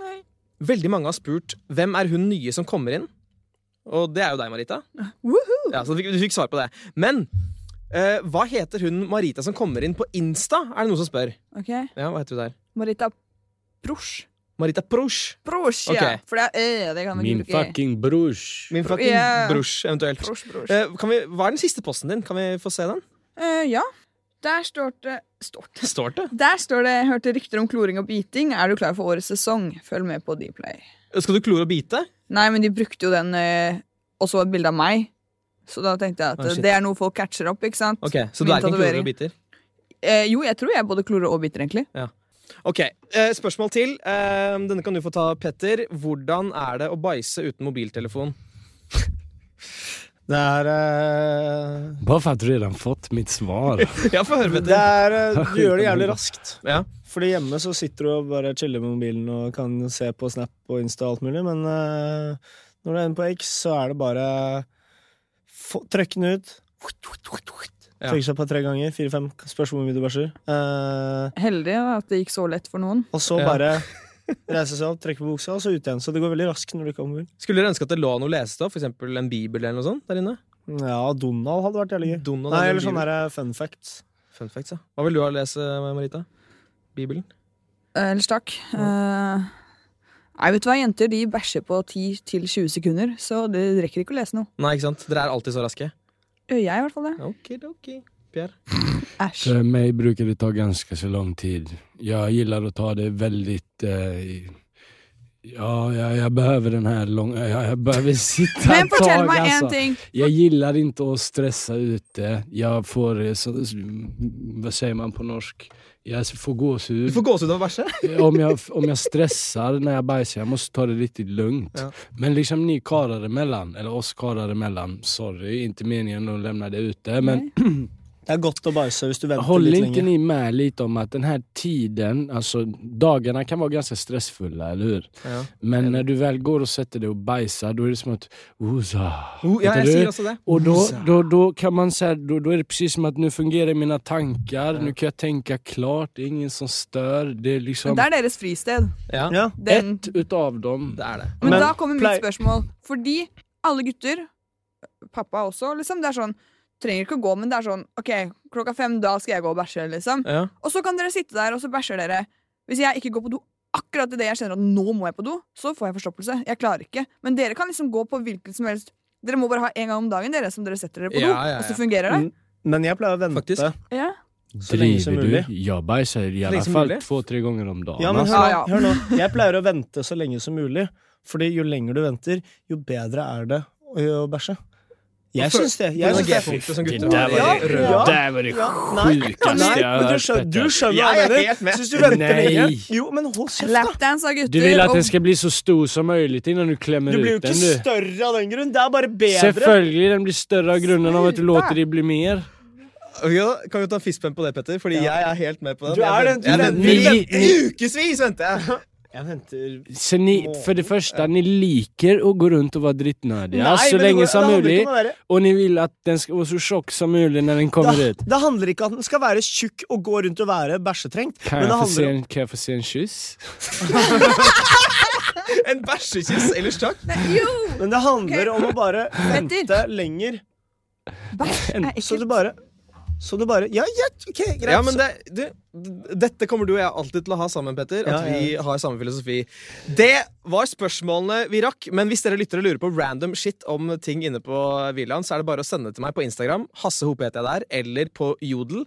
Speaker 3: Nei.
Speaker 1: Veldig mange har spurt hvem er hun nye som kommer inn. Og det er jo deg, Marita.
Speaker 3: Woohoo!
Speaker 1: Ja, så du fikk, du fikk svar på det. Men eh, hva heter hun Marita som kommer inn på Insta? Er det noen som spør?
Speaker 3: Ok,
Speaker 1: Ja, hva heter hun der?
Speaker 3: Marita Brors.
Speaker 1: Marita Prush.
Speaker 3: Brors, ja.
Speaker 1: Ok.
Speaker 3: For det er ø, det kan man
Speaker 4: Min
Speaker 3: ikke bruke.
Speaker 4: fucking brors.
Speaker 1: Min fucking
Speaker 3: Ja.
Speaker 1: Brush, eventuelt.
Speaker 3: Brors, brors.
Speaker 1: Eh, kan vi, hva er den siste posten din? Kan vi få se den?
Speaker 3: Eh, ja. Der står det står det.
Speaker 1: Står det?
Speaker 3: Der står det 'Hørte rykter om kloring og biting'. Er du klar for årets sesong? Følg med på Dplay.
Speaker 1: Skal du klore og bite?
Speaker 3: Nei, men de brukte jo den ø, og så et bilde av meg. Så da tenkte jeg at
Speaker 1: Ah, shit.
Speaker 3: det er noe folk catcher opp. ikke sant?
Speaker 1: Ok, Så du
Speaker 3: Min
Speaker 1: er ikke en klorer
Speaker 3: tatovering.
Speaker 1: og biter?
Speaker 3: Eh, jo, jeg tror jeg både klorer og biter, egentlig.
Speaker 1: Ok, eh, Spørsmål til. Eh, denne kan du få ta, Petter. Hvordan er det å bæsje uten mobiltelefon?
Speaker 2: Det er eh,
Speaker 4: Bare för att du redan fått mitt svar.
Speaker 1: Ja, få høre,
Speaker 2: Det
Speaker 1: Petter.
Speaker 2: er eh, Du gjør det jævlig raskt.
Speaker 1: Ja.
Speaker 2: Fordi hjemme så sitter du og bare chiller med mobilen og kan se på Snap og Insta og alt mulig, men eh, når du er inne på X, så er det bare få- Trykk den ut.
Speaker 1: Ja.
Speaker 2: Trykker seg på tre ganger. Fire-fem. Spørs hvor mye du bæsjer. Eh,
Speaker 3: Heldig da, at det gikk så lett for noen.
Speaker 2: og så
Speaker 1: Ja.
Speaker 2: bare reise seg opp, trekke på buksa, og så ut igjen. Så det går veldig raskt når du ikke har mobil.
Speaker 1: Skulle dere ønske at det lå noe lesestoff? F.eks. en bibel eller noe sånt der inne?
Speaker 2: Ja, Donald hadde vært jævlig gøy.
Speaker 1: Donald
Speaker 2: Nei,
Speaker 1: hadde en
Speaker 2: eller sånn
Speaker 1: bibel.
Speaker 2: her eh, fun facts.
Speaker 1: Fun facts, ja. Hva vil du ha å lese, Marita? Bibelen?
Speaker 3: Eh, Ellers takk. Eh, nei, vet du hva, jenter de bæsjer på 10-20 sekunder, så det rekker ikke å lese noe.
Speaker 1: Nei, ikke sant? Dere er alltid så raske.
Speaker 3: Ø, Jeg, i hvert fall det.
Speaker 1: Ok, ok. Pierre.
Speaker 3: Æsj.
Speaker 4: För mig brukar eh, det ta ganska så lång tid. Jag gillar att ta det väldigt... Eh, i- ja, jag, jag behöver den här långa... Jag, jag behöver sitta
Speaker 3: Men
Speaker 4: ett
Speaker 3: fortell
Speaker 4: tag
Speaker 3: meg
Speaker 4: alltså.
Speaker 3: én
Speaker 1: altså.
Speaker 3: ting.
Speaker 4: Jag gillar inte att stressa ute. Jag får... eh, Så, vad säger man på norsk? Jag får gåshud.
Speaker 1: Du får gåsehud av å bæsje.
Speaker 4: om, jag, om jag stressar när jag bajsar, jag måste ta det riktigt lugnt.
Speaker 1: Ja.
Speaker 4: Men liksom ni karlar emellan, eller oss karlar emellan, sorry, inte meningen att lämna det ute, men
Speaker 2: Det er godt å bæsje hvis du venter
Speaker 4: håller
Speaker 2: litt
Speaker 4: inte
Speaker 2: lenge.
Speaker 4: ni med lite om att den här tiden, alltså dagarna kan vara ganska stressfulla, eller hur?
Speaker 1: Ja.
Speaker 4: Men när du väl går och sätter dig och bajsar, då är det som att... Oza.
Speaker 1: Oh, ja,
Speaker 4: Vet
Speaker 1: jeg
Speaker 4: du?
Speaker 1: sier også det.
Speaker 4: Och då, då, då kan man säga, då, då är det precis som att nu fungerar mina tankar, nu kan jag tänka klart, det är ingen som stör, det är liksom...
Speaker 3: Men det er deres fristed.
Speaker 1: Ja,
Speaker 2: Ja.
Speaker 3: Den.
Speaker 4: Ett utav dem
Speaker 1: det er det.
Speaker 3: Men,
Speaker 2: Men
Speaker 3: da kommer mitt
Speaker 2: pleier-
Speaker 3: spørsmål. Fordi alle gutter, pappa også, liksom, det er sånn Trenger ikke å gå, men det er sånn OK, klokka fem, da skal jeg gå og bæsje, liksom.
Speaker 1: Ja.
Speaker 3: Og så kan dere sitte der, og så bæsjer dere. Hvis jeg ikke går på do akkurat idet jeg kjenner at nå må jeg på do, så får jeg forstoppelse. Jeg klarer ikke. Men dere kan liksom gå på hvilken som helst Dere må bare ha én gang om dagen dere som dere setter dere på
Speaker 1: Ja,
Speaker 3: do,
Speaker 1: ja, ja.
Speaker 3: og så fungerer det.
Speaker 2: Mm. Men jeg pleier å vente
Speaker 1: Faktisk.
Speaker 3: Ja.
Speaker 2: så lenge som
Speaker 4: Driver
Speaker 2: mulig.
Speaker 4: du? Jag bajsar i alla
Speaker 1: länge som
Speaker 4: fall
Speaker 1: möjligt.
Speaker 4: två, tre gånger om dagen. Altså,
Speaker 2: Ja, men
Speaker 4: alltså.
Speaker 2: hør,
Speaker 3: Ah, Ja, ja.
Speaker 2: nå, hør nå. Jeg pleier å vente så lenge som mulig. Fordi jo lenger du venter, jo bedre er det å å bæsje. Jeg syns det. Jeg
Speaker 1: Denne
Speaker 2: syns det.
Speaker 1: G-punktet som
Speaker 4: Det
Speaker 1: gutter
Speaker 4: där
Speaker 1: har.
Speaker 4: var
Speaker 2: Ja,
Speaker 4: det,
Speaker 2: ja.
Speaker 4: det, där var det
Speaker 2: Nei,
Speaker 4: sjukaste
Speaker 2: nei,
Speaker 4: jag har
Speaker 2: men du
Speaker 4: hört,
Speaker 2: skjønner, du
Speaker 4: Petter.
Speaker 2: skjønner hva
Speaker 1: Jeg
Speaker 2: jeg
Speaker 1: er
Speaker 2: mener.
Speaker 1: helt med.
Speaker 2: Syns du venter
Speaker 4: Nei.
Speaker 2: lenge? Jo, men hold kjeft, da.
Speaker 3: Lapdance av gutter.
Speaker 4: Du vill att
Speaker 3: og-
Speaker 4: den ska bli så stor som möjligt innan du klämmer
Speaker 2: Du blir jo
Speaker 4: ut den
Speaker 2: ikke
Speaker 4: du.
Speaker 2: større av den grunn. Det er bare bedre.
Speaker 4: Självklart den blir större av grunden av att du
Speaker 3: Sluta.
Speaker 4: låter det bli mer.
Speaker 1: Ja, kan vi ta en fistbump på det, Petter? Fordi jeg er helt med på den.
Speaker 2: Du er den, du
Speaker 1: Jeg venter-
Speaker 2: venter-
Speaker 4: Ni-
Speaker 1: venter- Ukevis venter jeg!
Speaker 2: Jeg venter
Speaker 4: Så ni, för det första, ni liker att gå runt och vara drittnödiga
Speaker 2: men det går-
Speaker 4: så länge
Speaker 2: det
Speaker 4: som
Speaker 2: handler
Speaker 4: möjligt.
Speaker 2: ikke om å være-
Speaker 4: Och ni vill att den ska vara så tjock som möjligt när den kommer
Speaker 2: Det,
Speaker 4: ut.
Speaker 2: det handler ikke om at den skal være tjukk og gå rundt og være bæsjetrengt.
Speaker 4: Kan
Speaker 2: men det
Speaker 4: jag, få se
Speaker 2: handler om
Speaker 4: en, kan jag få se en kyss?
Speaker 1: En bæsjekyss, ellers takk.
Speaker 3: Jo!
Speaker 2: men det handler
Speaker 3: Ok.
Speaker 2: om å bare
Speaker 3: Petter.
Speaker 2: vente lenger.
Speaker 3: Bæsj er
Speaker 2: Så
Speaker 3: ekkelt.
Speaker 2: du bare Så du bare Ja, ja, ok, greit.
Speaker 1: Ja, men det, du, d- dette kommer du og jeg alltid til å ha sammen, Petter. At
Speaker 2: Ja, ja,
Speaker 1: vi har samme filosofi. Det var spørsmålene vi rakk. Men hvis dere lytter og lurer på random shit om ting inne på villaen, så er det bare å sende det til meg på Instagram. Hasse Hope heter jeg der. Eller på Jodel.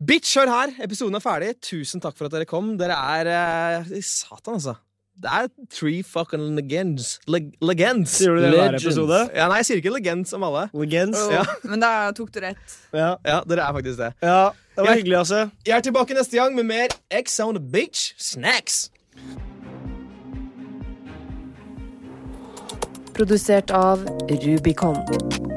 Speaker 1: Bitch, hør her! Episoden er ferdig. Tusen takk for at dere kom. Dere er eh, Satan, altså. Det er three fucking legends. Leg legends.
Speaker 2: Sier du det hver
Speaker 4: Legends.
Speaker 2: episode?
Speaker 1: Ja, nei, jeg sier ikke legends om alle.
Speaker 2: Legends.
Speaker 3: Åh,
Speaker 2: Ja.
Speaker 3: Men da tok du rett.
Speaker 2: ja.
Speaker 1: Ja, dere er faktisk det.
Speaker 2: Det var
Speaker 1: Jeg-
Speaker 2: hyggelig, altså.
Speaker 1: Jeg er tilbake neste gang med mer X on the beach snacks.
Speaker 5: Produsert av Rubicon.